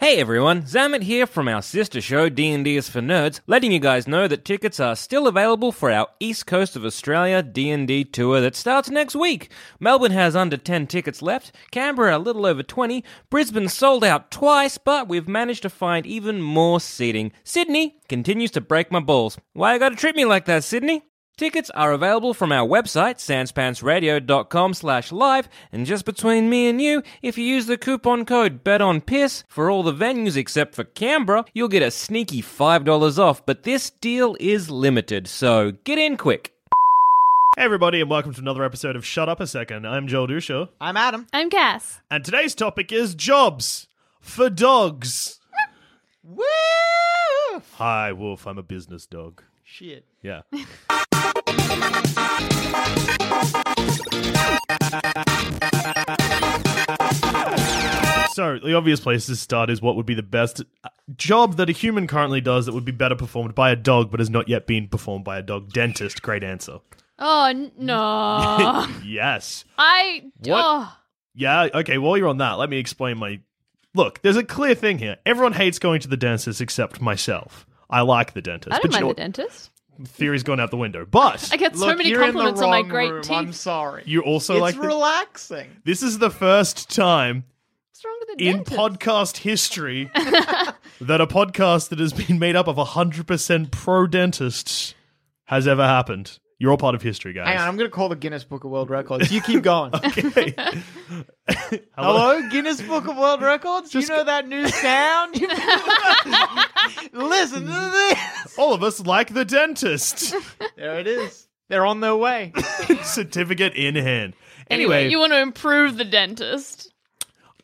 Hey everyone, Zamet here from our sister show D&D is for Nerds, letting you guys know that tickets are still available for our East Coast of Australia D&D tour that starts next week. Melbourne has under 10 tickets left, Canberra a little over 20, Brisbane sold out twice, but we've managed to find even more seating. Sydney continues to break my balls. Why you got to treat me like that, Sydney? Tickets are available from our website, sanspantsradio.com slash live, and just between me and you, if you use the coupon code BETONPISS for all the venues except for Canberra, you'll get a sneaky $5 off, but this deal is limited, so get in quick. Hey everybody, and welcome to another episode of Shut Up a Second. I'm Joel Dusha, I'm Adam. I'm Cass. and today's topic is jobs for dogs. Woo! Hi, Wolf. I'm a business dog. Shit. Yeah. so, the obvious place to start is what would be the best uh, job that a human currently does that would be better performed by a dog but has not yet been performed by a dog dentist. Great answer. Oh n- no! yes. I oh Yeah, okay, while you're on that, let me explain my. Look, there's a clear thing here. Everyone hates going to the dentist except myself. I like the dentist. I but don't you know mind the what? dentist. Theory's gone out the window. But I get so Look, many you're in the compliments on my wrong great room. teeth. I'm sorry. you also it's like. the- relaxing. this is the first time What's wrong with the in dentist? podcast history that a podcast that has been made up of 100% pro dentists has ever happened. You're all part of history, guys. Hang on, I'm going to call the Guinness Book of World Records. You keep going. Okay. Hello, Guinness Book of World Records. you know that new sound? Listen to this. All of us like the dentist. There it is. They're on their way. Certificate in hand. anyway, anyway you want to improve the dentist?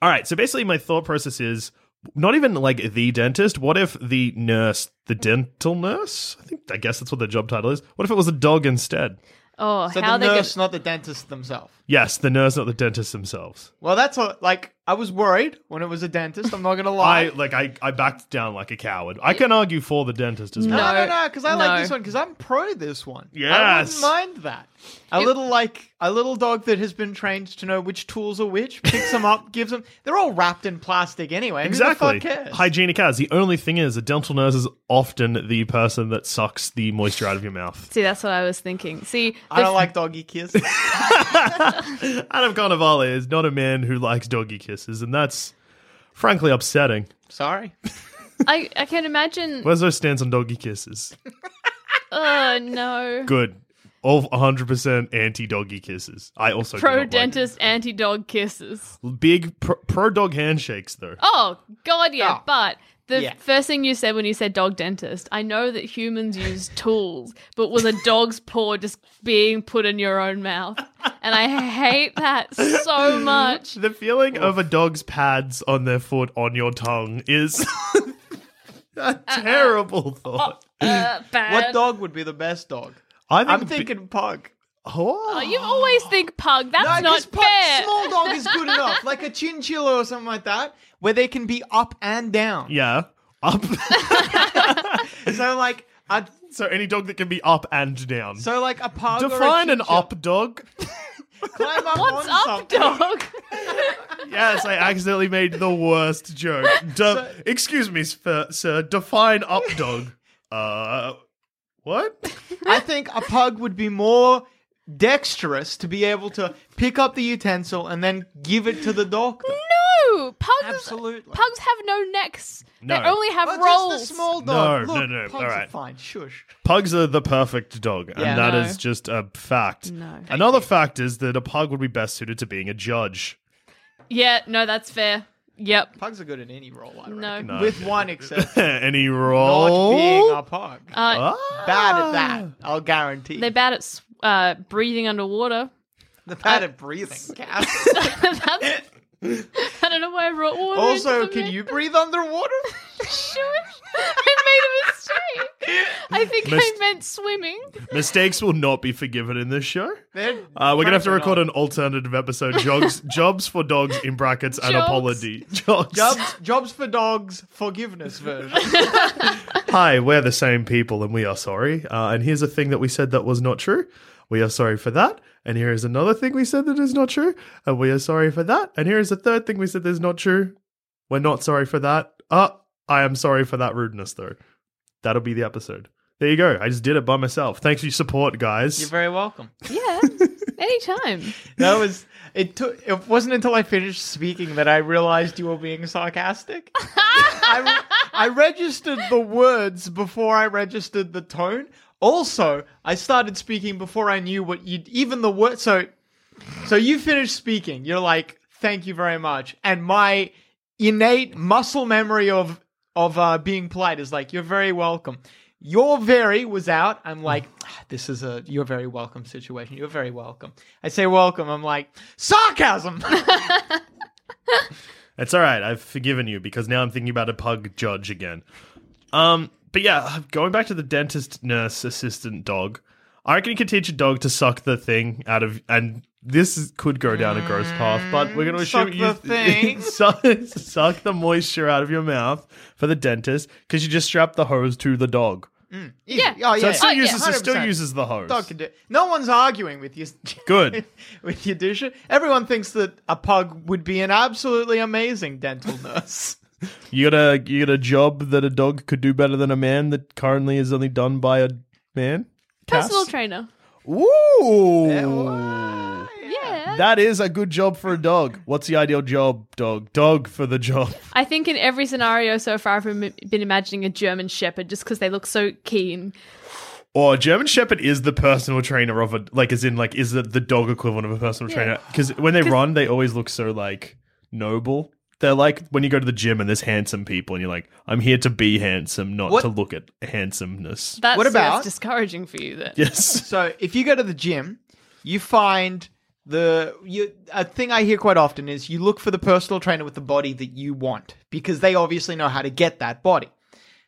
All right. So basically, my thought process is not even like the dentist. What if the nurse, the dental nurse? I think I guess that's what the job title is. What if it was a dog instead? Oh, So how the they nurse, get? not the dentist themselves. Yes, the nurse, not the dentist themselves. Well, that's all. Like, I was worried when it was a dentist. I'm not going to lie. I like I, I backed down like a coward. I can argue for the dentist as well. No, no, No, no, because I like no. this one because I'm pro this one. Yes. I wouldn't mind that. A little like a little dog that has been trained to know which tools are which, picks them up, gives them. They're all wrapped in plastic anyway. Exactly. Who the fuck cares? Hygienic as. The only thing is, a dental nurse is often the person that sucks the moisture out of your mouth. See, that's what I was thinking. See, I the- don't like doggy kisses. Adam Carnivale is not a man who likes doggy kisses, and that's frankly upsetting. Sorry. I, I can imagine. Where's our stance on doggy kisses? Oh no! good. Oh, All 100% anti doggy kisses. I also do not Pro like- dentist, anti dog kisses. Big pro dog handshakes, though. Oh god, yeah. Oh. But the Yeah. first thing you said when you said dog dentist, I know that humans use tools, but was a dog's paw just being put in your own mouth? And I hate that so much. The feeling of a dog's pads on their foot on your tongue is a terrible thought. Uh, bad. What dog would be the best dog? I think I'm bi- thinking pug. Oh. Oh, you always think pug. That's 'cause not fair. small dog is good enough, like a chinchilla or something like that, where they can be up and down. yeah. Up. So like a so any dog that can be up and down. so like a pug. or a Define an chinchilla. up dog. Climb up What's on up, something. dog? Yes, I accidentally made the worst joke. De- excuse me, sir, sir. Define up dog. Uh, What? I think a pug would be more dexterous to be able to pick up the utensil and then give it to the doctor. Mm, No, pugs. Absolutely. Pugs have no necks. No. They only have But rolls. just the small dog. No, Look, no, no, Pugs all are right. fine. Shush. Pugs are the perfect dog, Yeah. and that No. is just a fact. No. Another fact is that a pug would be best suited to being a judge. yeah, no, that's fair. Yep. Pugs are good at any role. I No. reckon. No. With one exception, Any not role? being a pug. Uh, Ah. bad at that. I'll guarantee. they're bad at s- uh, breathing underwater. They're bad at breathing. Cass. That's- I don't know why I wrote water. also, into can me. you breathe underwater? Shush. I made a mistake. I think I Mist- meant swimming. Mistakes will not be forgiven in this show. They're Uh, we're gonna have to frankly record not. an alternative episode. Jobs, jobs for dogs in brackets and Jobs. apology. Jobs. Jobs, jobs for dogs forgiveness version. Hi, we're the same people and we are sorry. Uh, and here's a thing that we said that was not true. We are sorry for that. And here is another thing we said that is not true. And we are sorry for that. And here is a third thing we said that is not true. We're not sorry for that. Uh, I am sorry for that rudeness, though. That'll be the episode. There you go. I just did it by myself. Thanks for your support, guys. You're very welcome. Yeah. Anytime. That was it. Took it wasn't until I finished speaking that I realized you were being sarcastic. I, I registered the words before I registered the tone. Also, I started speaking before I knew what you even the word. So, so you finish speaking. You're like, "Thank you very much," and my innate muscle memory of of uh, being polite is like, "You're very welcome." Your very was out. I'm like, "Ah, this is a you're very welcome situation. You're very welcome. I say welcome. I'm like sarcasm. It's all right. I've forgiven you because now I'm thinking about a pug judge again. Um, but yeah, going back to the dentist, nurse, assistant dog. I reckon you can teach a dog to suck the thing out of, and this is- could go down a gross path. But we're going to assume Mm, Suck you the thing. suck, suck the moisture out of your mouth for the dentist because you just strap the hose to the dog. yeah. Oh yeah. So it still Oh, yeah, uses it still 100%. uses the hose. Dog can do it. No one's arguing with you. Good. with your disher. Everyone thinks that a pug would be an absolutely amazing dental nurse. You got a you got a job that a dog could do better than a man that currently is only done by a man. Personal Cass? trainer. Ooh. Yeah. That is a good job for a dog. What's the ideal job, dog? Dog for the job. I think in every scenario so far, I've been been imagining a German Shepherd just because they look so keen. Or a German Shepherd is the personal trainer of a like, as in like, is the, the dog equivalent of a personal trainer? Because when they run, they always look so like noble. They're like when you go to the gym and there's handsome people, and you're like, I'm here to be handsome, not What- to look at handsomeness. That's, What about- that's discouraging for you then? yes. So if you go to the gym, you find the you a thing I hear quite often is you look for the personal trainer with the body that you want because they obviously know how to get that body.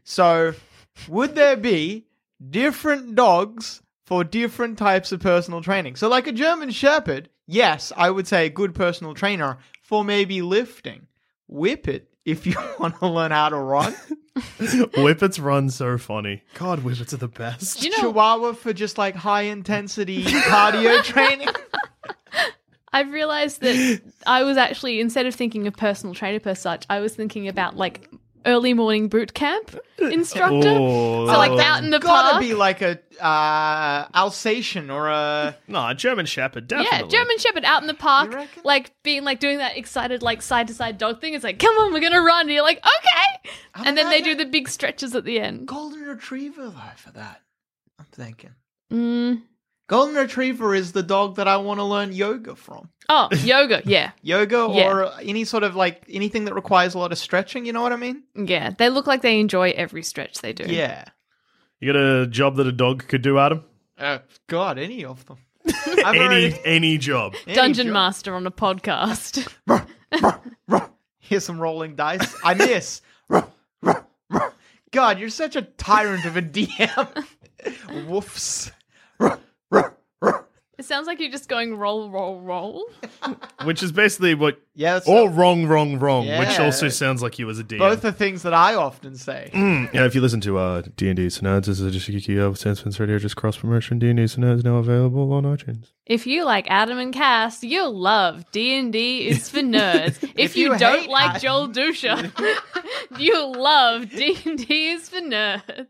So would there be different dogs for different types of personal training? So like a German shepherd, yes, I would say a good personal trainer for maybe lifting. Whip it if you want to learn how to run. Whippets run so funny. God, Whippets are the best. You know- Chihuahua for just like high intensity cardio training. I've realized that I was actually instead of thinking of personal trainer per such, I was thinking about like early morning boot camp instructor. Oh. so like out in the gotta park. be like a uh, Alsatian or a Nah, German Shepherd, yeah, definitely. German Shepherd out in the park, reckon? like being like doing that excited like side to side dog thing. It's like, come on, we're gonna run. And you're like, okay. and then they do the big stretches at the end. golden retriever though for that. I'm thinking Mm. golden retriever is the dog that I want to learn yoga from. Oh, yoga. Yeah, Yoga Yeah. or any sort of like anything that requires a lot of stretching. You know what I mean? yeah. They look like they enjoy every stretch they do. Yeah. You got a job that a dog could do, Adam? Uh, God, any of them. I've Any already- any job. any Dungeon job. Master on a podcast. Ruh, ruh, ruh. Here's some rolling dice. I miss. Ruh, ruh, ruh. God, you're such a tyrant of a DM. Woofs. Ruh, ruh, ruh. it sounds like you're just going roll, roll, roll. Which is basically what Yeah, that's or wrong, wrong, wrong, which Yeah. also sounds like you as a DM. both are things that I often say. Yeah, if you listen to uh, D&D so now this is just Yukio Sans Fins Radio, just cross promotion. D&D so now is now available on iTunes. If you like Adam and Cass, you'll love D&D is for nerds. if, you, you don't hate like Adam- Joel Dusha, you'll love D&D is for nerds.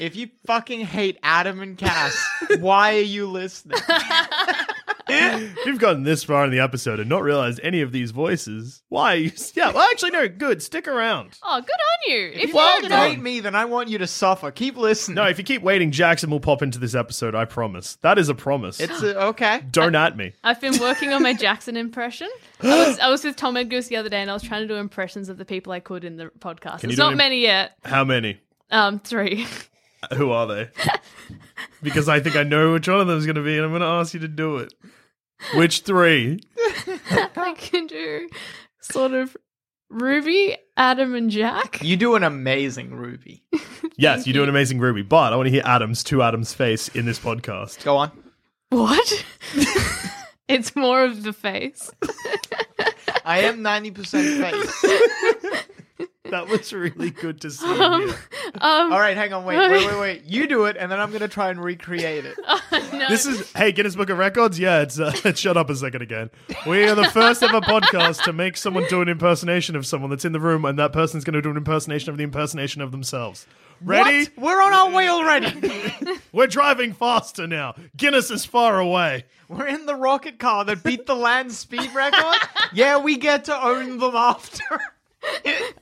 If you fucking hate Adam and Cass, why are you listening? You've gotten this far in the episode and not realized any of these voices. Why? are you- Yeah, well, actually, no, good. Stick around. Oh, good on you. If you Well, well you it hate out, me, then I want you to suffer. Keep listening. No, if you keep waiting, Jackson will pop into this episode. I promise. That is a promise. it's a, okay. Don't at me. I've been working on my Jackson impression. I was, I was with Tom and Goose the other day and I was trying to do impressions of the people I could in the podcast. Can you It's do not an- many yet. How many? Um, three. Who are they? Because I think I know which one of them is going to be, and I'm going to ask you to do it. Which three? I can do sort of Ruby, Adam, and Jack. You do an amazing Ruby. Yes, you do an amazing Ruby, but I want to hear Adam's to Adam's face in this podcast. Go on. What? it's more of the face. I am 90% face. That was really good to see. you. Um, All right, hang on. Wait, wait, wait, wait. You do it, and then I'm going to try and recreate it. no. This is hey Guinness Book of Records. Yeah, it's uh, shut up a second again. We are the first ever podcast to make someone do an impersonation of someone that's in the room, and that person's going to do an impersonation of the impersonation of themselves. Ready? What? We're on our way already. We're driving faster now. Guinness is far away. We're in the rocket car that beat the land speed record. yeah, we get to own them after.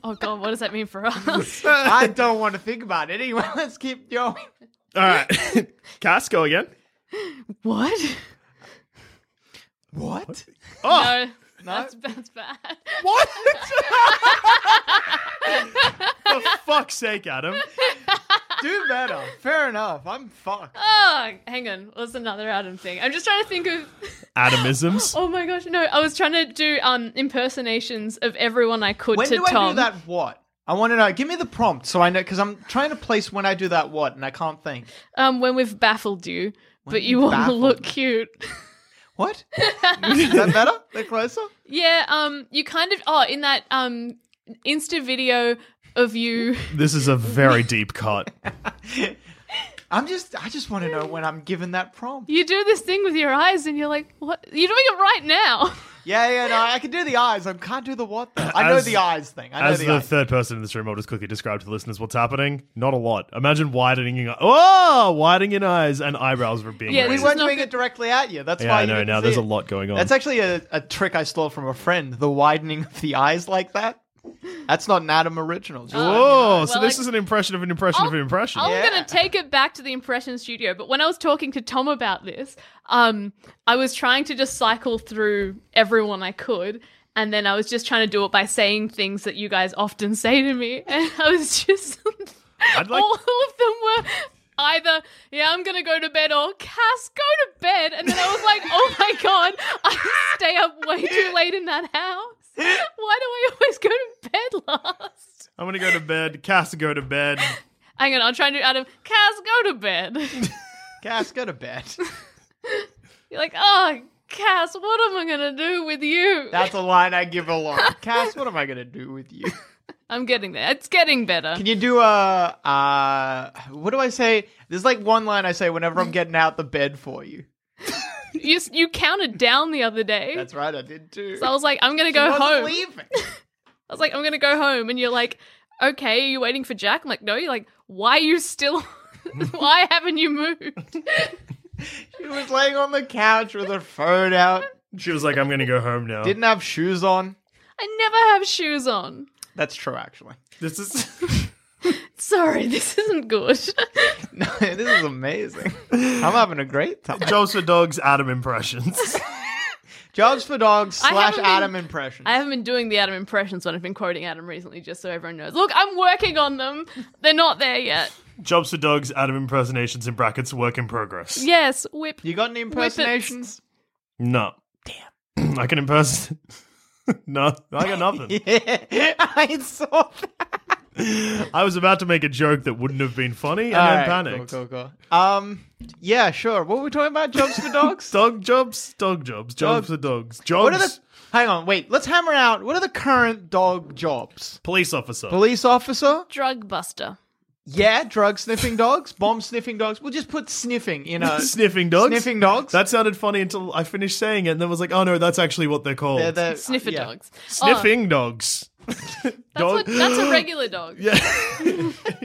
Oh, God, what does that mean for us? I don't want to think about it. Anyway, let's keep going. All right, Cass, go again. what? What? Oh, No. That's, that's bad. what? For fuck's sake, Adam. Do better. Fair enough. I'm fucked. Oh, hang on. What's another Adam thing? I'm just trying to think of. Atomisms. Oh my gosh, no! I was trying to do um impersonations of everyone I could When to do Tom. I do that what? I want to know. Give me the prompt so I know, because I'm trying to place when I do that what, and I can't think. Um, when we've baffled you, but you we've want to baffled look you. cute. What? Is that better? They're closer? yeah. Um, you kind of. Oh, in that um Insta video of you. This is a very deep cut. I'm just, I just want to know when I'm given that prompt. You do this thing with your eyes, and you're like, "What? You're doing it right now." Yeah, yeah, no, I can do the eyes. I can't do the what, though. I know As- the eyes thing. I know As the, the, eyes. third person in this room, I'll just quickly describe to the listeners what's happening. Not a lot. Imagine widening your oh, widening in eyes and eyebrows were being Yeah, raised. we This weren't is not doing good. it directly at you. That's yeah, why I you know. didn't Now see there's a it. lot going on. That's actually a, a trick I stole from a friend. The widening of the eyes like that. That's not an Adam original. just- oh, so Well, this like- is an impression of an impression of an impression. I'm Yeah. gonna take it back to the impression studio. But when I was talking to Tom about this, um, I was trying to just cycle through everyone I could, and then I was just trying to do it by saying things that you guys often say to me, and I was just I'd like- all of them were. Either, yeah, I'm gonna go to bed, or Cass, go to bed. And then I was like, oh my god, I stay up way too late in that house. Why do I always go to bed last? I'm gonna go to bed. Cass, go to bed. Hang on, I'll try and do Adam. Kaz, go to bed. Cass, go to bed. You're like, oh, Cass, what am I gonna do with you? That's a line I give a lot. Cass, what am I gonna do with you? I'm getting there. It's getting better. Can you do a uh? What do I say? There's like one line I say whenever I'm getting out the bed for you. You, s- you counted down the other day. That's right, I did too. so I was like, I'm gonna She go wasn't home. leaving. I was like, I'm gonna go home, and you're like, okay, are you waiting for Jack? I'm like, no. You're like, why are you still? why haven't you moved? She was laying on the couch with her phone out. She was like, "I'm gonna go home now." Didn't have shoes on. I never have shoes on. That's true, actually. this is Sorry, this isn't good. No, this is amazing. I'm having a great time. jobs for dogs. Adam impressions. Jobs for dogs I slash haven't been- Adam impression. I haven't been doing the Adam impressions when I've been quoting Adam recently, just so everyone knows. Look, I'm working on them. They're not there yet. jobs for dogs. Adam impersonations in brackets. Work in progress. Yes, whip. You got any impersonations? No. Damn. I can impersonate. no, I got nothing. I saw that. I was about to make a joke that wouldn't have been funny and then panicked. Cool, cool, cool. Um, yeah, sure. What were we talking about? Jobs for dogs? Dog jobs, dog jobs, jobs for dogs, jobs. what are the? Hang on, wait. Let's hammer out. What are the current dog jobs? police officer? Police officer? Drug buster. Yeah, drug sniffing dogs, bomb sniffing dogs. We'll just put sniffing in a sniffing dogs. Sniffing dogs. That sounded funny until I finished saying it, and then was like, "Oh no, that's actually what they're called." They're the- Sniffer yeah. dogs. Oh, Sniffing dogs. that's, what, that's a regular dog. Yeah.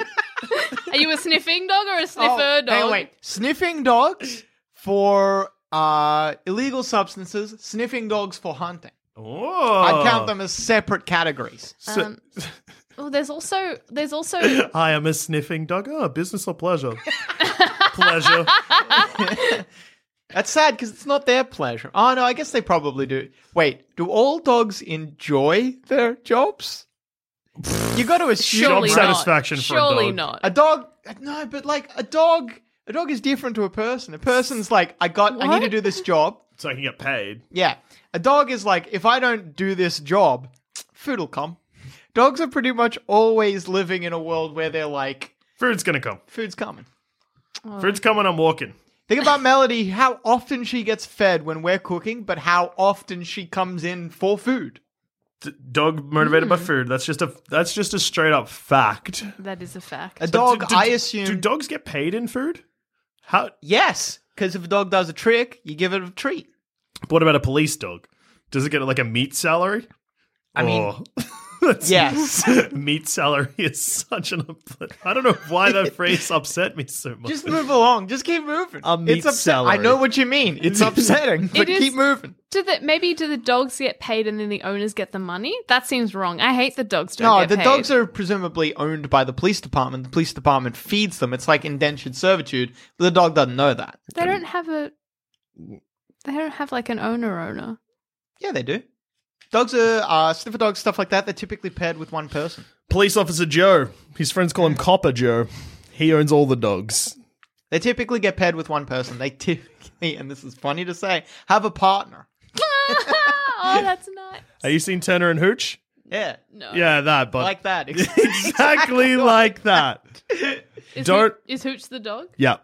Are you a sniffing dog or a sniffer Oh, dog? Hey, wait. Sniffing dogs for uh, illegal substances, sniffing dogs for hunting. Oh. I'd count them as separate categories. So- Um, Well, there's also there's also I am a sniffing dog. Oh, business or pleasure? pleasure. That's sad because it's not their pleasure. Oh, no, I guess they probably do. Wait, do all dogs enjoy their jobs? you got to assume. surely Job not. satisfaction for a surely dog. not. A dog, no, but like a dog, a dog is different to a person. A person's like, I got, I need to What? do this job. So I can get paid. Yeah. A dog is like, if I don't do this job, food'll come. Dogs are pretty much always living in a world where they're like, Food's gonna come. food's coming. Oh. Food's coming. I'm walking. Think about Melody, how often she gets fed when we're cooking, but how often she comes in for food. D- dog motivated Hmm. by food. That's just a. That's just a straight up fact. That is a fact. A dog, Do- do- I assume. Do dogs get paid in food? How? yes, because if a dog does a trick, you give it a treat. What about a police dog? Does it get like a meat salary? Oh. I mean, that's- yes. meat salary is such an. I don't know why that phrase upset me so much. Just move along. Just keep moving. A meat it's upset. I salary. know what you mean. It's upsetting, but is- keep moving. Do the, maybe do the dogs get paid and then the owners get the money? That seems wrong. I hate the dogs. Don't No, get the paid. dogs are presumably owned by the police department. The police department feeds them. It's like indentured servitude, but the dog doesn't know that. They don't have a. They don't have like an owner owner. Yeah, they do. Dogs are uh, sniffer dogs, stuff like that. They're typically paired with one person. Police officer Joe. His friends call him Copper Joe. He owns all the dogs. They typically get paired with one person. They typically, and this is funny to say, have a partner. oh, that's nice. Have you seen Turner and Hooch? Yeah, No, Yeah, that. But like that. exactly like that. is don't- Hooch, is Hooch the dog? Yeah.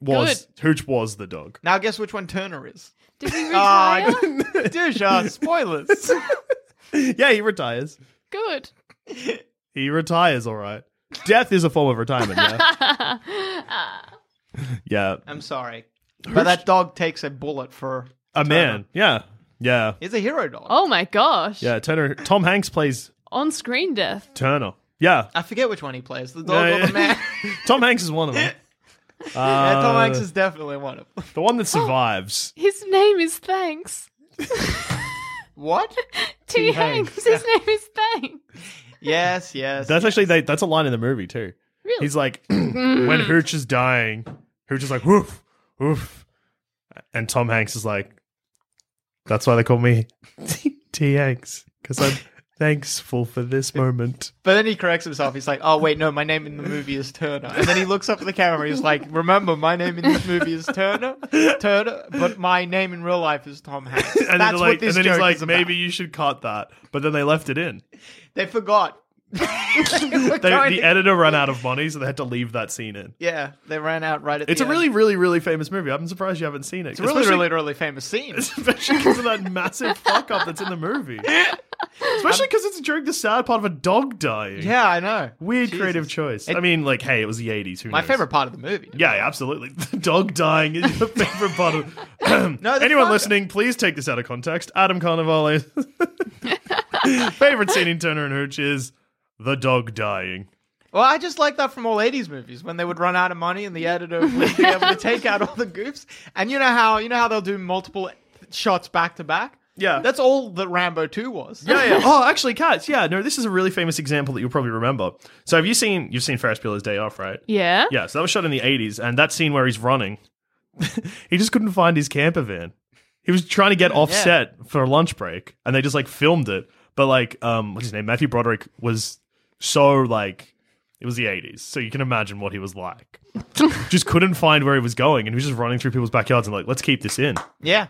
Was Hooch was the dog. now guess which one Turner is. Did he Ah, retire? Dusha, uh, spoilers. Yeah, he retires. Good. He retires, all right. Death is a form of retirement, yeah. yeah. I'm sorry, but that dog takes a bullet for A man. Yeah. Yeah. He's a hero dog. Oh my gosh. Yeah, Turner Tom Hanks plays On screen death. Turner. Yeah. I forget which one he plays. The dog Yeah, or yeah. the man. Tom Hanks is one of them. yeah, Tom Uh. Hanks is definitely one of them. The one that survives. His name is Thanks. What? T Hanks. Hanks. His name is Thanks. Yes, yes. That's actually they, that's a line in the movie too. Really? He's like when Hooch is dying, Hooch is like woof woof, and Tom Hanks is like, that's why they call me T Hanks because I'm thankful for this moment. but then he corrects himself. He's like, "Oh wait, no, my name in the movie is Turner." And then he looks up at the camera. He's like, "Remember, my name in this movie is Turner, Turner, but my name in real life is Tom Hanks." And That's then, like, what this and joke then he's like, is about. maybe you should cut that, but then they left it in. they forgot. they were They, going the to- editor ran out of money, so they had to leave that scene in. yeah, they ran out right at It's the a end. really, really, really famous movie. I'm surprised you haven't seen it. it's a really, Especially- really, really famous scene. Especially because of that massive fuck up that's in the movie. Especially because it's during the sad part of a dog dying. Yeah, I know. Weird Jesus. creative choice. It- I mean, like, hey, it was the 80s. Who My knows? favorite part of the movie. Yeah, yeah, absolutely. The dog dying is your favorite part of. No, the Anyone fuck- listening, please take this out of context. Adam Carnivale. favorite scene in Turner and Hooch is the dog dying. Well, I just like that from all 80s movies when they would run out of money and the editor would be able to take out all the goofs. And you know how you know how they'll do multiple shots back to back? Yeah. That's all that Rambo 2 was. Yeah, yeah. Oh, actually, cats. Yeah, no, this is a really famous example that you'll probably remember. So, have you seen you've seen Ferris Bueller's Day Off, right? Yeah. Yeah, so that was shot in the 80s, and that scene where he's running, he just couldn't find his camper van. He was trying to get offset for a lunch break, and they just like filmed it. But like, um, what's his name? Matthew Broderick was so like, it was the 80s, so you can imagine what he was like. just couldn't find where he was going, and he was just running through people's backyards and like, let's keep this in. Yeah.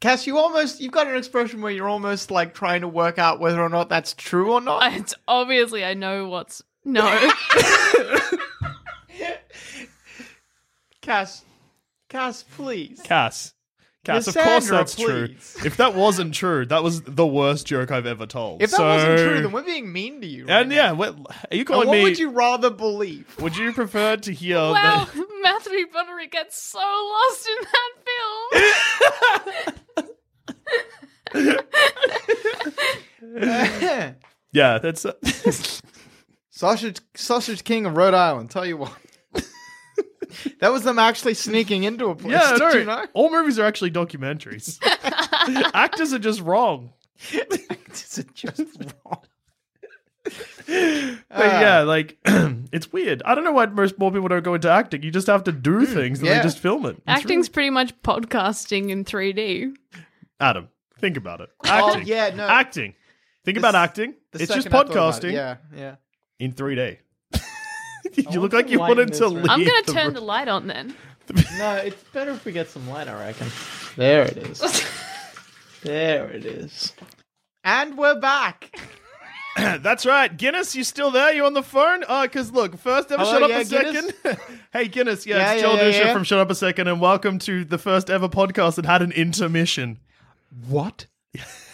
Cass, you almost you've got an expression where you're almost like trying to work out whether or not that's true or not. I- It's obviously I know what's no. Cass Cass, please. Cass. Cass, of Cassandra, course that's please. true. If that wasn't true, that was the worst joke I've ever told. if that So- wasn't true, then we're being mean to you. Right and now. yeah, what, are you And calling what me? would you rather believe? Would you prefer to hear wow, that? Matthew Broderick gets so lost in that film. Yeah. Yeah, that's. Sausage, Sausage King of Rhode Island. Tell you what. that was them actually sneaking into a place. Yeah, Did no, you know? all movies are actually documentaries. Actors are just wrong. Is it just wrong? But Ah. yeah, like it's weird. I don't know why most more people don't go into acting. You just have to do things and Mm, yeah. they just film it. It's Acting's pretty much podcasting in 3D. real- Adam, think about it. Oh, Acting. yeah, no. Acting. Think about acting. The It's just second I thought about it, podcasting Yeah, yeah. in 3D. you look want like you some light in wanted this to room. leave. I'm gonna the turn room. the light on then. No, it's better if we get some light, I reckon. There it is. there it is. And we're back. That's right. Guinness, you still there? You on the phone? Oh, because look, first ever Hello, Shut Up yeah, a Guinness? Second. hey, Guinness. Yeah, Yeah, it's yeah, Joel yeah, Dusha yeah. from Shut Up a Second, and welcome to the first ever podcast that had an intermission. What?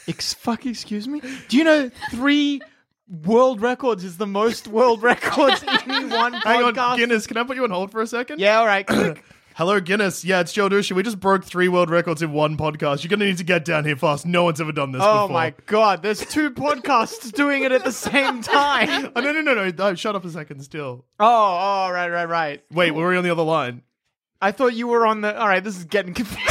Ex- fuck, excuse me? Do you know three world records is the most world records any one podcast? Hang on, Guinness, can I put you on hold for a second? Yeah, all right. Quick. Hello, Guinness. Yeah, it's Joe Dusha. We just broke three world records in one podcast. You're going to need to get down here fast. No one's ever done this oh before. my god, there's two podcasts doing it at the same time. Oh, no, no, no, no, no. Shut up a second still. Oh, oh, right, right, right. Wait, were we on the other line? I thought you were on the. All right, this is getting confusing.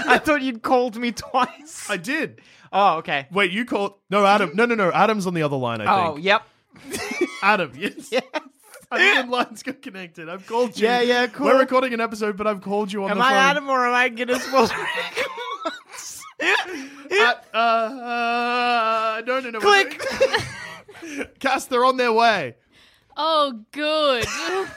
I thought you'd called me twice. I did. Oh, okay. Wait, you called. No, Adam. No, no, no. Adam's on the other line, I Oh, think. yep. Adam, yes. Yeah. I think the lines got connected. I've called you. Yeah, yeah, cool. We're recording an episode, but I've called you on Am the I phone. Adam or am I Guinness World Records? Uh, uh, no, no, no. we're Click. doing- Cass, they're on their way. Oh, good.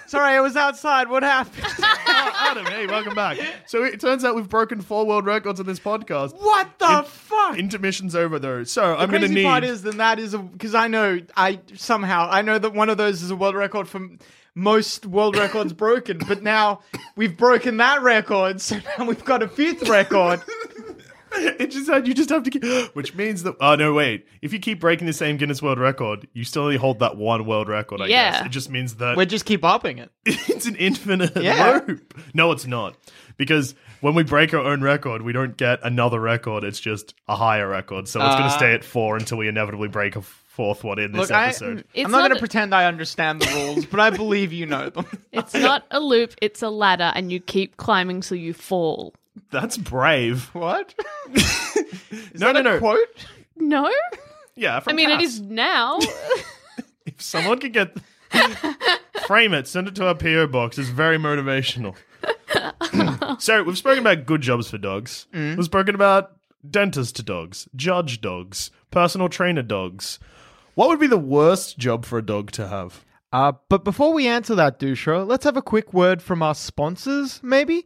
Sorry, I was outside. What happened? Oh, Adam, hey, welcome back. So it turns out we've broken four world records on this podcast. What the In- fuck? Intermission's over though, so I'm gonna the crazy need. part is then that is because I know I somehow I know that one of those is a world record from most world records broken, but now we've broken that record, so now we've got a fifth record. it just said you just have to keep, which means that. Oh no, wait! If you keep breaking the same Guinness World Record, you still only hold that one world record. I Yeah. guess it just means that we just keep upping it. it's an infinite Yeah. loop. No, it's not, because when we break our own record, we don't get another record. It's just a higher record, so Uh, it's going to stay at four until we inevitably break a fourth one in this Look, I, episode. It's I'm not, going not- to pretend I understand the rules, but I believe you know them. it's not a loop, it's a ladder, and you keep climbing till you fall. That's brave. What? no, no, no. Quote? No? yeah, I mean, it is now. If someone could get frame it, send it to our PO box. It's very motivational. so we've spoken about good jobs for dogs. Mm. We've spoken about dentist to dogs, judge dogs, personal trainer dogs. What would be the worst job for a dog to have? Uh, but before we answer that, Dusha, let's have a quick word from our sponsors, maybe?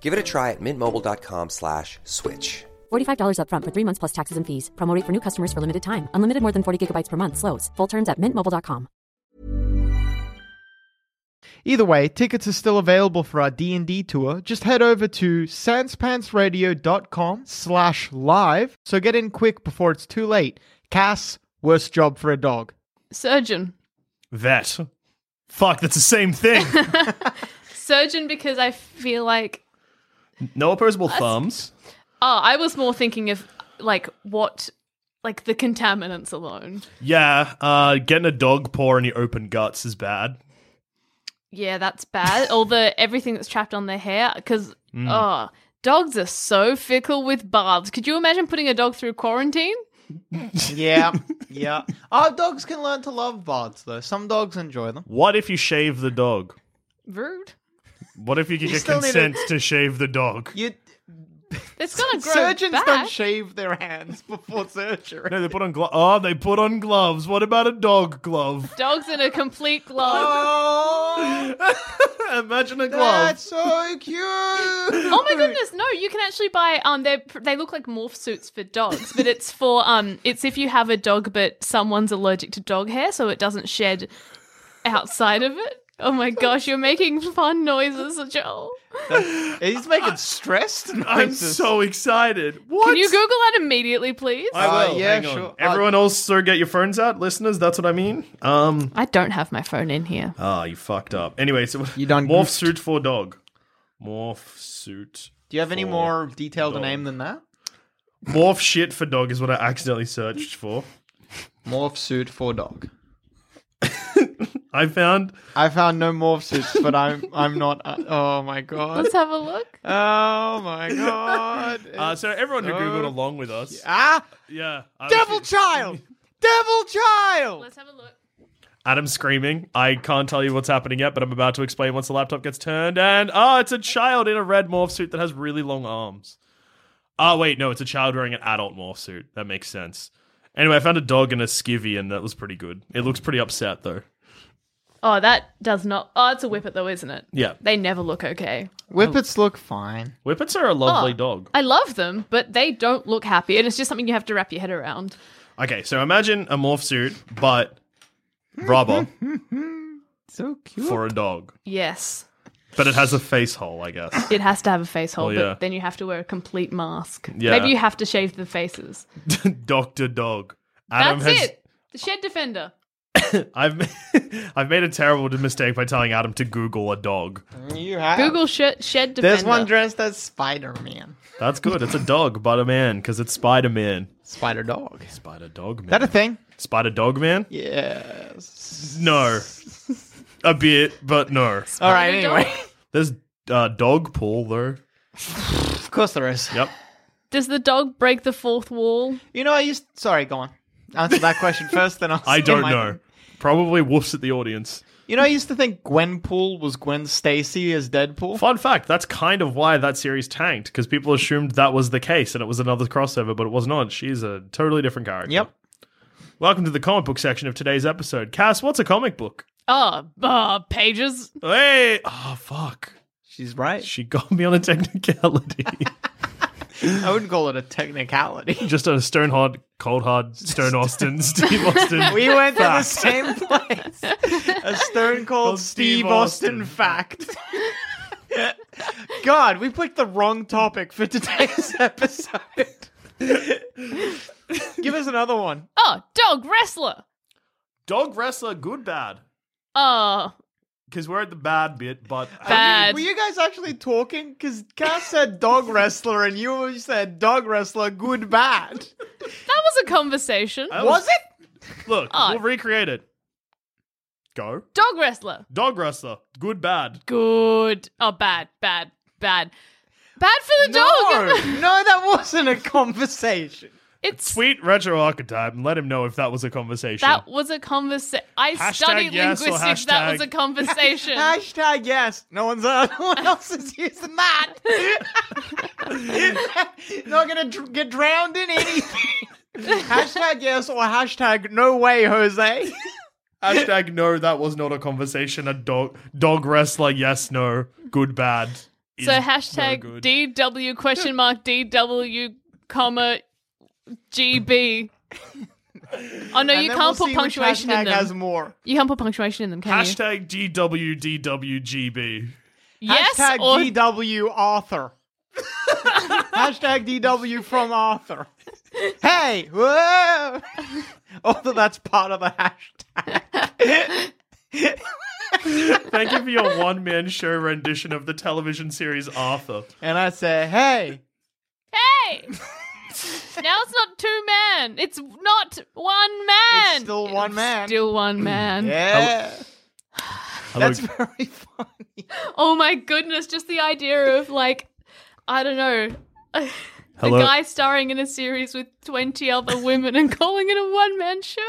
Give it a try at mintmobile.com slash switch. $45 upfront for three months plus taxes and fees. Promo rate for new customers for limited time. Unlimited more than 40 gigabytes per month. Slows. Full terms at mintmobile.com. Either way, tickets are still available for our D&D tour. Just head over to sanspantsradio.com slash live. So get in quick before it's too late. Cass, Worst job for a dog. Surgeon. Vet. Fuck, that's the same thing. Surgeon because I feel like no opposable thumbs. oh, I was more thinking of like what like the contaminants alone. Yeah, uh, getting a dog paw in your open guts is bad. Yeah, that's bad. All the everything that's trapped on their hair cuz Mm. oh, dogs are so fickle with baths. Could you imagine putting a dog through quarantine? Yeah, yeah. Our dogs can learn to love baths, though. Some dogs enjoy them. What if you shave the dog? Rude. What if you could get still need a- consent to shave the dog? You It's going to grow surgeons back. don't shave their hands before surgery. No, they put on gloves. Oh, they put on gloves. What about a dog glove? Dogs in a complete glove. Oh, Imagine a glove. that's so cute. Oh my goodness! No, you can actually buy. Um, they they look like morph suits for dogs, but it's for um, it's if you have a dog, but someone's allergic to dog hair, so it doesn't shed outside of it. Oh my gosh, you're making fun noises, Joel. He's making stressed. I'm noises. so excited. What? Can you Google that immediately, please? I, Uh, will. yeah, Hang on. sure. Everyone also get your phones out, listeners. That's what I mean. Um. don't have my phone in here. Ah, you fucked up. Anyway, so You done morph goofed. suit for dog. Morph suit. Do you have any for more detailed dog. name than that? Morph shit for dog is what I accidentally searched for. Morph suit for dog. I found I found no morph suits, but I'm I'm not. Uh, oh my god. Let's have a look. Oh my god. Uh, so everyone who googled along with us, ah, yeah, I- devil child, devil child. Let's have a look. Adam's screaming. I can't tell you what's happening yet, but I'm about to explain once the laptop gets turned. And oh, it's a child in a red morph suit that has really long arms. Oh wait, no, it's a child wearing an adult morph suit. That makes sense. Anyway, I found a dog and a skivvy, and that was pretty good. It looks pretty upset though. Oh, that does not. Oh, it's a whippet though, isn't it? Yeah, They never look okay. Whippets look fine. whippets are a lovely Oh. dog. I love them, but they don't look happy, and it's just something you have to wrap your head around. Okay, so imagine a morph suit, but rubber So cute. for a dog, Yes. but it has a face hole, I guess. It has to have a face hole, Oh, yeah. but then you have to wear a complete mask. Yeah. Maybe you have to shave the faces. Doctor Dog. That's has, Ah. it. The shed defender. I've I've made a terrible mistake by telling Adam to Google a dog. you have Google shed, shed defender. There's one dressed as Spider Man, That's good. It's a dog, but a man, because it's Spider Man. Spider Dog. Is Spider Dog Man. that a thing? Spider Dog Man? Yes. No. A bit, but no. All right. Spider Anyway, dog? There's uh, dog pool though. of course there is. Yep. Does the dog break the fourth wall? You know, I used. Sorry, go on. Answer that question first, then I'll. I say don't my- know. Probably woofs at the audience. You know, I used to think Gwenpool was Gwen Stacy as Deadpool. Fun fact, that's kind of why that series tanked, because people assumed that was the case and it was another crossover, but it was not. She's a totally different character. Yep. Welcome to the comic book section of today's episode. Cass, what's a comic book? Oh, uh, pages. Hey! Oh, fuck. She's right. She got me on a technicality. I wouldn't call it a technicality. Just a stone hard, cold hard, stone Austin, Steve Austin. We went to the same place. A stone Called cold Steve Steve Austin, Austin. fact. God, we picked the wrong topic for today's episode. Give us another one. Oh, dog wrestler. Dog wrestler, good, bad. Oh, Because we're at the bad bit, but bad. Were you guys actually talking? Because Cass said dog wrestler and you said dog wrestler, good, bad. That was a conversation. I Was it? Look, Oh. we'll recreate it. Go. Dog wrestler. Dog wrestler, good, bad. Good. Oh, bad, bad, bad. Bad for the No, dog. no, that wasn't a conversation. It's Tweet retro archetype and let him know if that was a conversation. that was a conversation. I Hashtag studied yes or linguistics. That was hashtag- a conversation. Hashtag yes. No one's uh, no one else is using that. Not gonna dr- get drowned in anything. hashtag yes or hashtag no way, Jose. Hashtag no, that was not a conversation. A dog dog wrestler, yes, no, good, bad. is So no hashtag good. DW question mark DW comma GB. Oh no, And you then can't we'll put see which punctuation in hashtag them. Has more. You can't put punctuation in them, can Hashtag DWDWGB. you? Yes hashtag or DW Arthur. hashtag DW from Arthur. hey, whoa! Although that's part of the hashtag. Thank you for your one man show rendition of the television series Arthur. and I say, hey, Hey! now it's not two man. It's not one man. It's still one It's man. Still one man. yeah. That's look- very funny. Oh my goodness! Just the idea of like, I don't know. a Hello. guy starring in a series with 20 other women and calling it a one man show.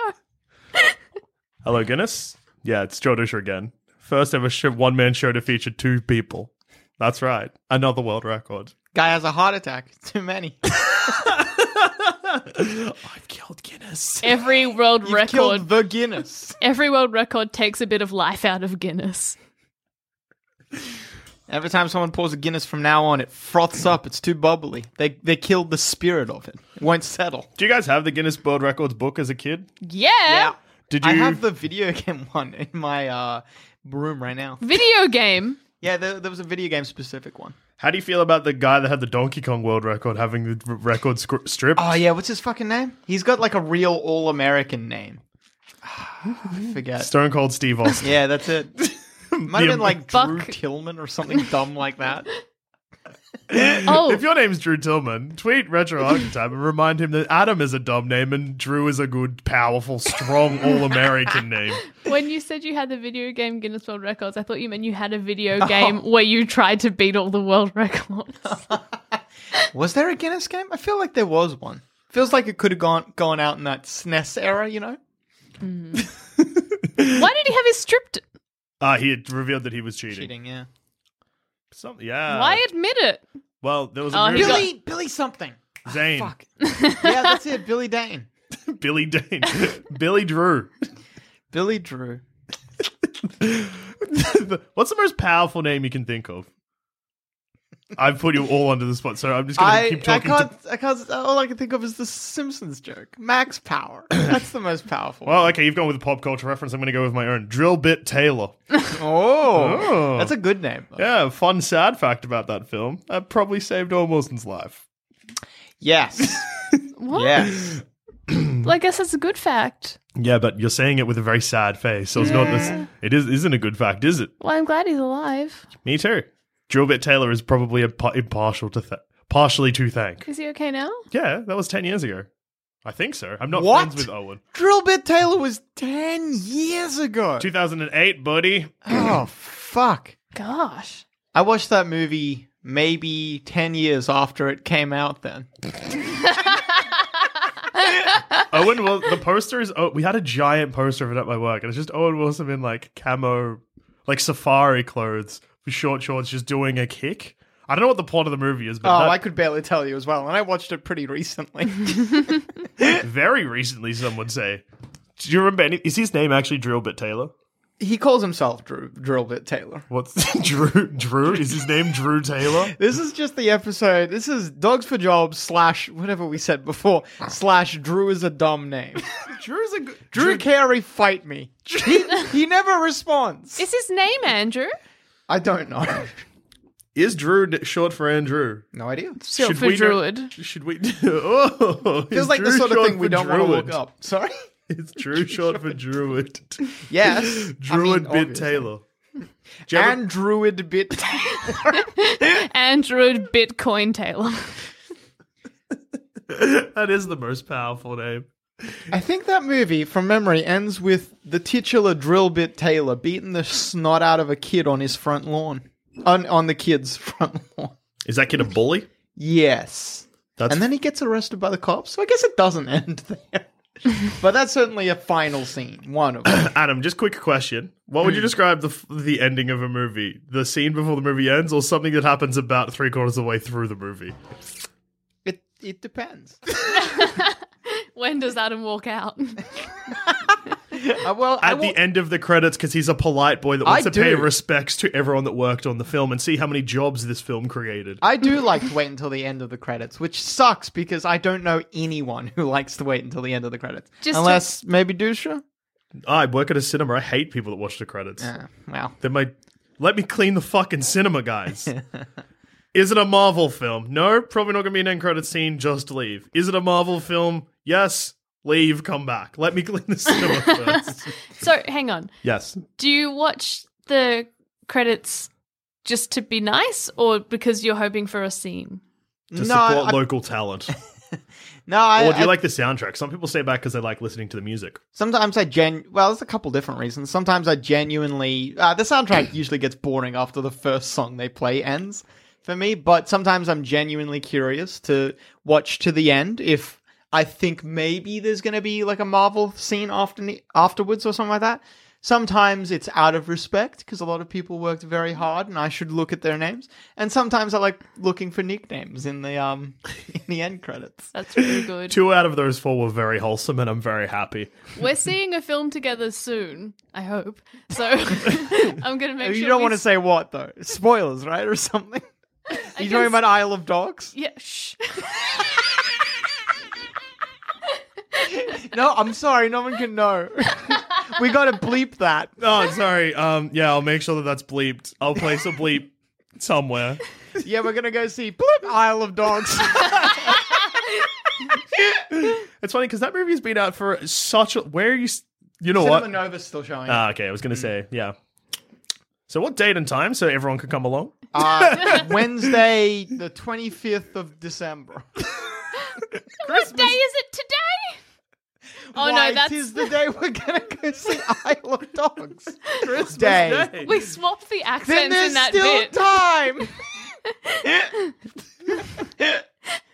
Hello, Guinness. Yeah, it's Joe Disher again. First ever sh- one man show to feature two people. That's right. Another world record. Guy has a heart attack. Too many. I've killed Guinness. Every world You've record. killed the Guinness. Every world record takes a bit of life out of Guinness. Every time someone pours a Guinness from now on, it froths up. It's too bubbly. They they killed the spirit of it. It won't settle. Do you guys have the Guinness World Records book as a kid? Yeah. Did you? I have the video game one in my uh, room right now. Video game. Yeah, there, there was a video game specific one. How do you feel about the guy that had the Donkey Kong World Record having the r- record scr- stripped? Oh yeah, what's his fucking name? He's got like a real all American name. I forget. Stone Cold Steve Austin. yeah, that's it. Might have The- been like Drew Buck- Tillman or something dumb like that. Oh, If your name's Drew Tillman, tweet Retro Archetype and remind him that Adam is a dumb name and Drew is a good, powerful, strong, all American name. when you said you had the video game Guinness World Records, I thought you meant you had a video game where you tried to beat all the world records. Was there a Guinness game? I feel like there was one. Feels like it could have gone gone out in that SNES era, you know? Why did he have his stripped? Uh, he had revealed that he was cheating. Cheating, yeah. Some, yeah. Why admit it? Well, there was a Oh, he movie- got- Billy Billy something. Zane. Fuck. yeah, that's it. Billy Dane. Billy Dane. Billy Drew. Billy Drew. What's the most powerful name you can think of? I've put you all under the spot, so I'm just going to I, keep I talking to. can't I can't all I can think of is the Simpsons joke. Max Power. That's the most powerful. Well, okay, you've gone with a pop culture reference. I'm going to go with my own. Drill Bit Taylor. Oh, Oh. that's a good name. though. Yeah, fun, sad fact about that film. That probably saved Owen Wilson's life. Yes. What? yes. Well, I guess that's a good fact. Yeah, but you're saying it with a very sad face, so it's not this. It is isn't a good fact, is it? Well, I'm glad he's alive. Me too. Drill Bit Taylor is probably a pa- impartial to th- partially to thank. Is he okay now? Yeah, that was ten years ago. I think so. I'm not What? friends with Owen. Drill Bit Taylor was 10 years ago. 2008, buddy. Oh, fuck. Gosh. I watched that movie maybe 10 years after it came out then. Owen, well, the poster is. Oh, we had a giant poster of it at my work, and it's just Owen Wilson in like camo, like safari clothes, with short shorts, just doing a kick. I don't know what the plot of the movie is, but Oh, that- I could barely tell you as well. And I watched it pretty recently. very recently, some would say. Do you remember? Any, is his name actually Drillbit Taylor? he calls himself Drew, Drill Bit Taylor. What's Drew? Drew is his name Drew Taylor? This is just the episode. This is Dogs for Jobs slash whatever we said before slash Drew is a dumb name. Drew is a good. Drew Carey, fight me. He, he never responds. Is his name Andrew? I don't know. Is Drew d- short for Andrew? No idea. Short for we know- Druid. Should we? oh, Feels like the sort of thing we don't want to look up. Sorry. It's Drew short for Druid. Yes. Druid I mean, Bit obviously. Taylor. Do you ever- And Druid Bit Taylor. Andrew Bitcoin Taylor. that is the most powerful name. I think that movie, from memory, ends with the titular Drill Bit Taylor beating the snot out of a kid on his front lawn. On, on the kid's front lawn. Is that kid a bully? Yes. That's and then he gets arrested by the cops. So I guess it doesn't end there. but that's certainly a final scene. One of them. Adam. Just quick question: What would you describe the f- the ending of a movie? The scene before the movie ends, or something that happens about three quarters of the way through the movie? it, it depends. when does Adam walk out? Uh, well, I At won't- the end of the credits, because he's a polite boy that wants I to pay do. respects to everyone that worked on the film and see how many jobs this film created. I do like to wait until the end of the credits, which sucks because I don't know anyone who likes to wait until the end of the credits. Just to- Unless maybe Dusha? I work at a cinema. I hate people that watch the credits. Uh, well, They're my let me clean the fucking cinema, guys. Is it a Marvel film? No, probably not going to be an end credit scene. Just leave. Is it a Marvel film? Yes, leave. Come back. Let me clean the cinema first. So hang on. Yes. Do you watch the credits just to be nice or because you're hoping for a scene? To No, support I- local talent. No, I, or do you I- like the soundtrack? Some people stay back because they like listening to the music. Sometimes I gen well, there's a couple different reasons. Sometimes I genuinely uh, the soundtrack usually gets boring after the first song they play ends for me, but sometimes I'm genuinely curious to watch to the end if I think maybe there's going to be like a Marvel scene after afterwards or something like that. Sometimes it's out of respect because a lot of people worked very hard, and I should look at their names. And sometimes I like looking for nicknames in the um in the end credits. That's really good. Two out of those four were very wholesome, and I'm very happy. We're seeing a film together soon, I hope. So I'm going to make sure you don't we want to s- say what though. Spoilers, right, or something? Are you talking about Isle of Dogs? Yeah, shh. No, I'm sorry, no one can know. we gotta bleep that. Oh, sorry. Um, yeah, I'll make sure that that's bleeped. I'll place a bleep somewhere. Yeah, we're gonna go see bleep Isle of Dogs. It's funny because that movie's been out for such. a... Where are you? s- You know Cinema what? Nova's still showing. Ah, okay. I was going Mm. to say, yeah. So, what date and time so everyone could come along? Uh, Wednesday, the 25th of December. what day is it today? Oh Why, no, that's tis the day we're gonna go see Isle of Dogs. Christmas Day. we swapped the Then accents there's in that still bit. time. what day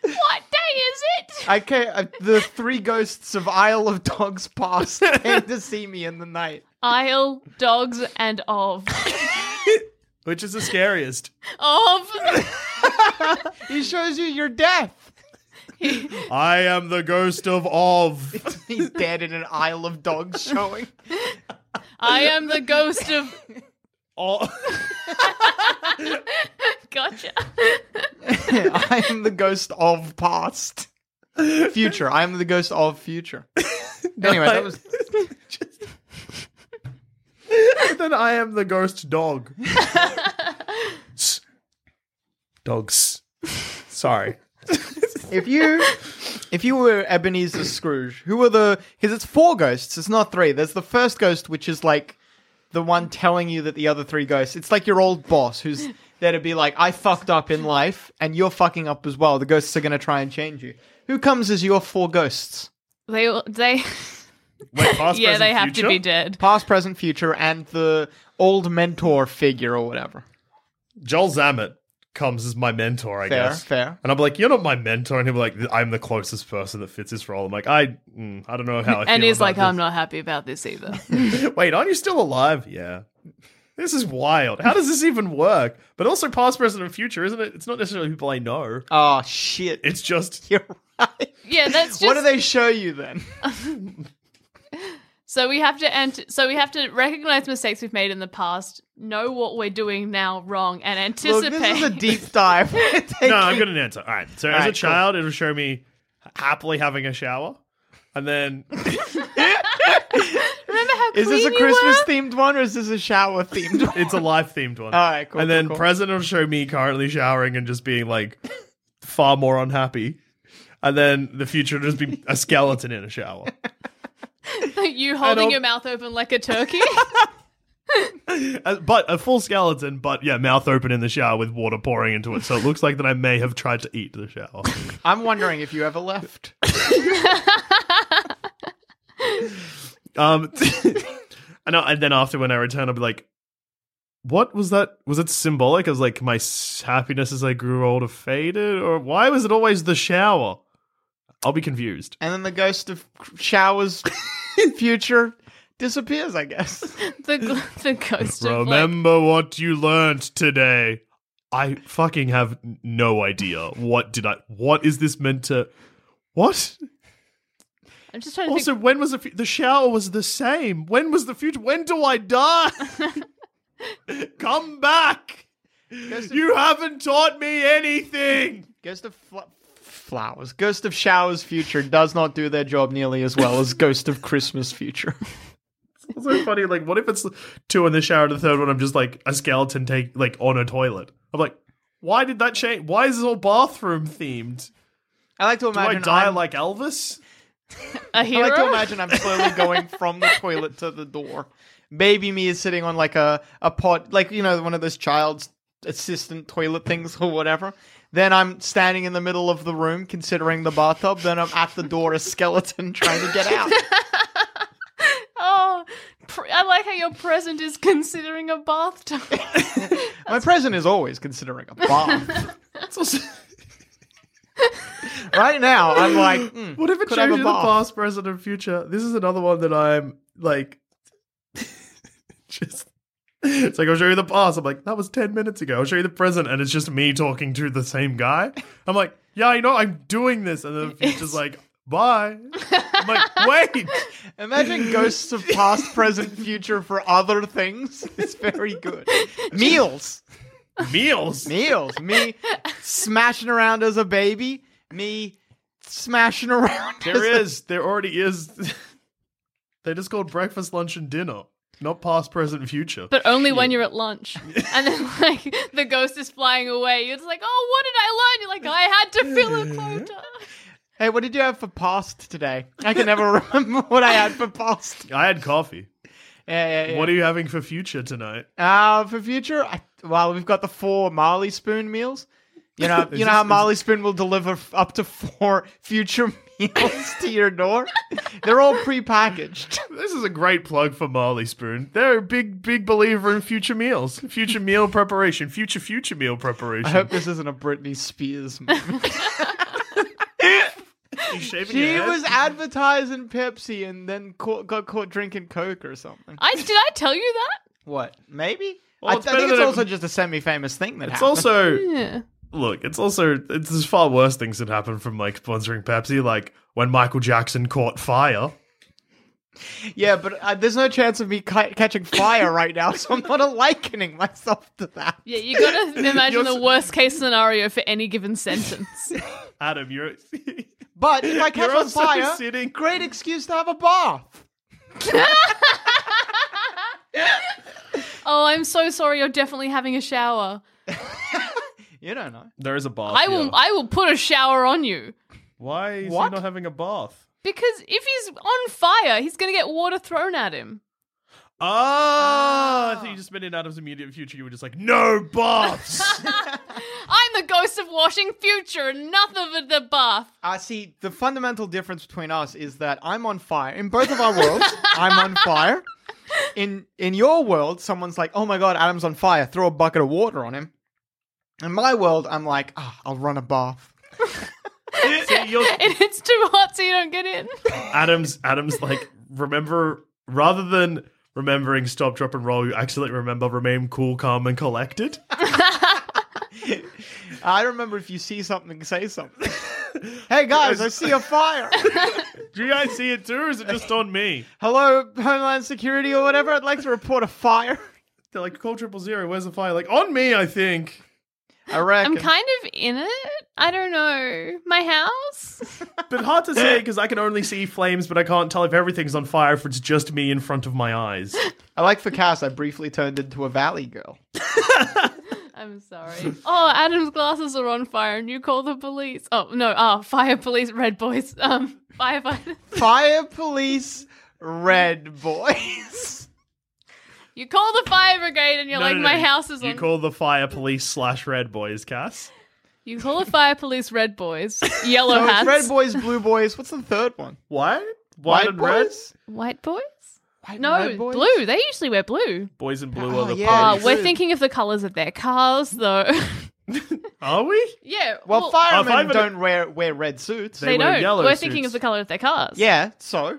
is it? I can't. Uh, the three ghosts of Isle of Dogs past came to see me in the night. Isle, dogs, and of. Which is the scariest? Of. He shows you your death. I am the ghost of Ov. He's dead in an Isle of Dogs showing. I am the ghost of. O- Gotcha. I am the ghost of past. Future. I am the ghost of future. Anyway, that was then I am the ghost dog. S- Dogs. Sorry. if you if you were Ebenezer Scrooge, who are the because it's four ghosts, it's not three. There's the first ghost, which is like the one telling you that the other three ghosts. It's like your old boss who's there to be like, I fucked up in life, and you're fucking up as well. The ghosts are gonna try and change you. Who comes as your four ghosts? They all- they Wait, past, yeah present, they have to future? be dead. Past, present, future, and the old mentor figure or whatever. Joel Zammett comes as my mentor, I Fair, guess. fair. And I'm like, you're not my mentor, and he'll be like, I'm the closest person that fits this role. I'm like, I, mm, I don't know how. I And feel he's about like, I'm this." not happy about this either. Wait, aren't you still alive? Yeah. This is wild. How does this even work? But also past, present, and future, isn't it? It's not necessarily people I know. Oh shit. It's just You're right. yeah, that's just. What do they show you then? So we have to ant- so we have to recognize mistakes we've made in the past, know what we're doing now wrong, and Look, anticipate. this is a deep dive. We're taking- no. I'm gonna answer. All right. So as a right, cool. child, it'll show me happily having a shower, and then Remember how Is this a clean you were? Christmas themed one or is this a shower themed one? it's a life themed one. All right, cool, And cool, then cool. present will show me currently showering and just being like far more unhappy. And then the future will just be a skeleton in a shower. you holding don't- your mouth open like a turkey? Uh, but a full skeleton, but yeah, mouth open in the shower with water pouring into it. So it looks like that I may have tried to eat the shower. I'm wondering if you ever left. Um, and, I, and then after when I return, I'll be like, "What was that? Was it symbolic?" I was like, "My s- happiness as I grew older faded," or why was it always the shower? I'll be confused. And then the ghost of showers future disappears, I guess. the gl- the ghost of like, Remember what you learned today. I fucking have n- no idea. What did I? What is this meant to? What? I'm just trying to Also, think. when was the fu- the shower was the same? When was the future? When do I die? Come back. You haven't taught me anything. Ghost of fl- flowers. Ghost of showers future does not do their job nearly as well as Ghost of Christmas future. It's so funny. Like, what if it's two in the shower, and the third one I'm just like a skeleton take like on a toilet. I'm like, Why did that change? Why is this all bathroom themed? I like to Do I imagine die I'm- like Elvis? A I hero. like to imagine I'm slowly going from the toilet to the door. Baby me is sitting on like a, a pot, like, you know, one of those child's assistant toilet things or whatever. Then I'm standing in the middle of the room considering the bathtub. Then I'm at the door, a skeleton trying to get out. oh, pre- I like how your present is considering a bathtub. My present is always considering a bath. It's also- right now, I'm like, mm, What if it Could have changed a to the bath. past, present, and future? This is another one that I'm like, just. It's like I'll show you the past. I'm like, that was ten minutes ago. I'll show you the present, and it's just me talking to the same guy. I'm like, yeah, you know, I'm doing this, and then the future's like, bye. I'm like, wait, imagine ghosts of past, present, future for other things. It's very good. Meals. meals. meals. Me smashing around as a baby. Me smashing around. There as is, there already is. They're just called breakfast, lunch, and dinner, not past, present, future. But only when you're at lunch. And then, like, the ghost is flying away. It's like, oh, what did I learn? You're like, I had to fill a quota. A... Hey, what did you have for past today? I can never remember what I had for past. I had coffee. Yeah, yeah, yeah. What are you having for future tonight? Uh, for future, I, well, we've got the four Marley spoon meals. You know, you Is know how this- is- Marley spoon will deliver f- up to four future meals to your door. They're all prepackaged. This is a great plug for Marley Spoon. They're a big, big believer in future meals, future meal preparation, future, future meal preparation. I hope this isn't a Britney Spears moment. You shaving your She head? was advertising Pepsi and then caught, got caught drinking Coke or something. I, did I tell you that? What? Maybe. Well, I, it's I better think it's than- also just a semi-famous thing that It's happened. also Yeah. look. It's also it's there's far worse things that happen from like sponsoring Pepsi, like when Michael Jackson caught fire. yeah, but uh, there's no chance of me ca- catching fire right now, so I'm not likening myself to that. Yeah, you gotta You're imagine the s- worst case scenario for any given sentence. Adam, you're But if I catch You're on also fire, sitting- great excuse to have a bath. oh, I'm so sorry. You're definitely having a shower. You don't know. there is a bath. I will. I will put a shower on you Why is What? he not having a bath? because if he's on fire, he's gonna get water thrown at him. Oh, Ah, I think you just meant in Adam's immediate future. You were just like, no baths. I'm the ghost of washing future. Enough of the bath. Uh, see, the fundamental difference between us is that I'm on fire. In both of our worlds, I'm on fire. In in your world, someone's like, "Oh my god, Adam's on fire! Throw a bucket of water on him." In my world, I'm like, "Ah, I'll run a bath." See, you're- And it's too hot, so you don't get in. Adam's Adam's like remember rather than remembering stop drop and roll you accidentally remember remain cool calm and collected I remember if you see something, say something. hey guys, I see a fire. do you guys see it too or is it just on me Hello, Homeland Security or whatever. I'd like to report a fire. they're like call triple zero where's the fire like on me i think I I'm reckon. kind of in it. I don't know. My house? but hard to say because i can only see flames but i can't tell if everything's on fire if it's just me in front of my eyes I like for Cass. I briefly turned into a valley girl. I'm sorry. Oh, Adam's glasses are on fire and you call the police. Oh, no. Ah, fire police, red boys. Um, firefighters. Fire police, red boys. You call the fire brigade and you're No, like, no, no, my you- house is you on call the fire police slash red boys cass You call the fire police red boys, yellow So it's hats, red boys, blue boys. What's the third one? what white White and red boys? white boys? White No, red boys? blue. They usually wear blue. boys in blue Oh, are the yeah. Uh, you we're should. thinking of the colors of their cars, though. Uh, are we yeah. Well, Oh, firemen firemen- don't wear wear red suits. Oh, They they wear don't. yellow we're thinking suits. of the color of their cars. yeah, so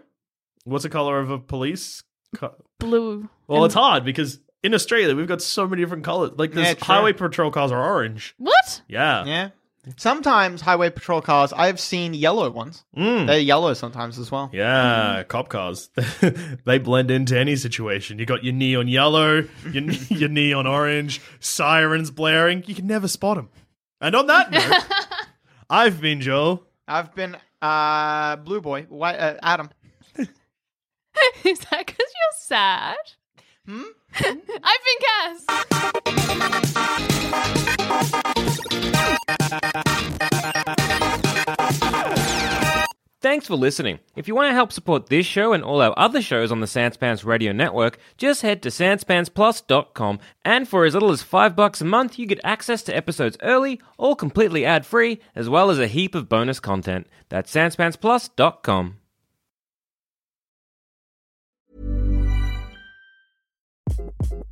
what's the color of a police car blue. Well, it's hard because in Australia we've got so many different colors. Like Yeah, there's true. highway patrol cars are orange. What? Yeah. yeah. Sometimes highway patrol cars. I've seen yellow ones. Mm. They're yellow sometimes as well. Yeah, Mm-hmm. cop cars. they blend into any situation. You got your neon yellow, your, your neon orange, sirens blaring. You can never spot them. And on that note, I've been Joel. I've been uh, blue boy, white uh, Adam. Is that because you're sad? Hmm? I've been Cass. Thanks for listening. If you want to help support this show and all our other shows on the Sanspants Radio Network, just head to sanspantsplus.com and for as little as 5 bucks a month, you get access to episodes early, all completely ad-free, as well as a heap of bonus content. That's sanspantsplus.com.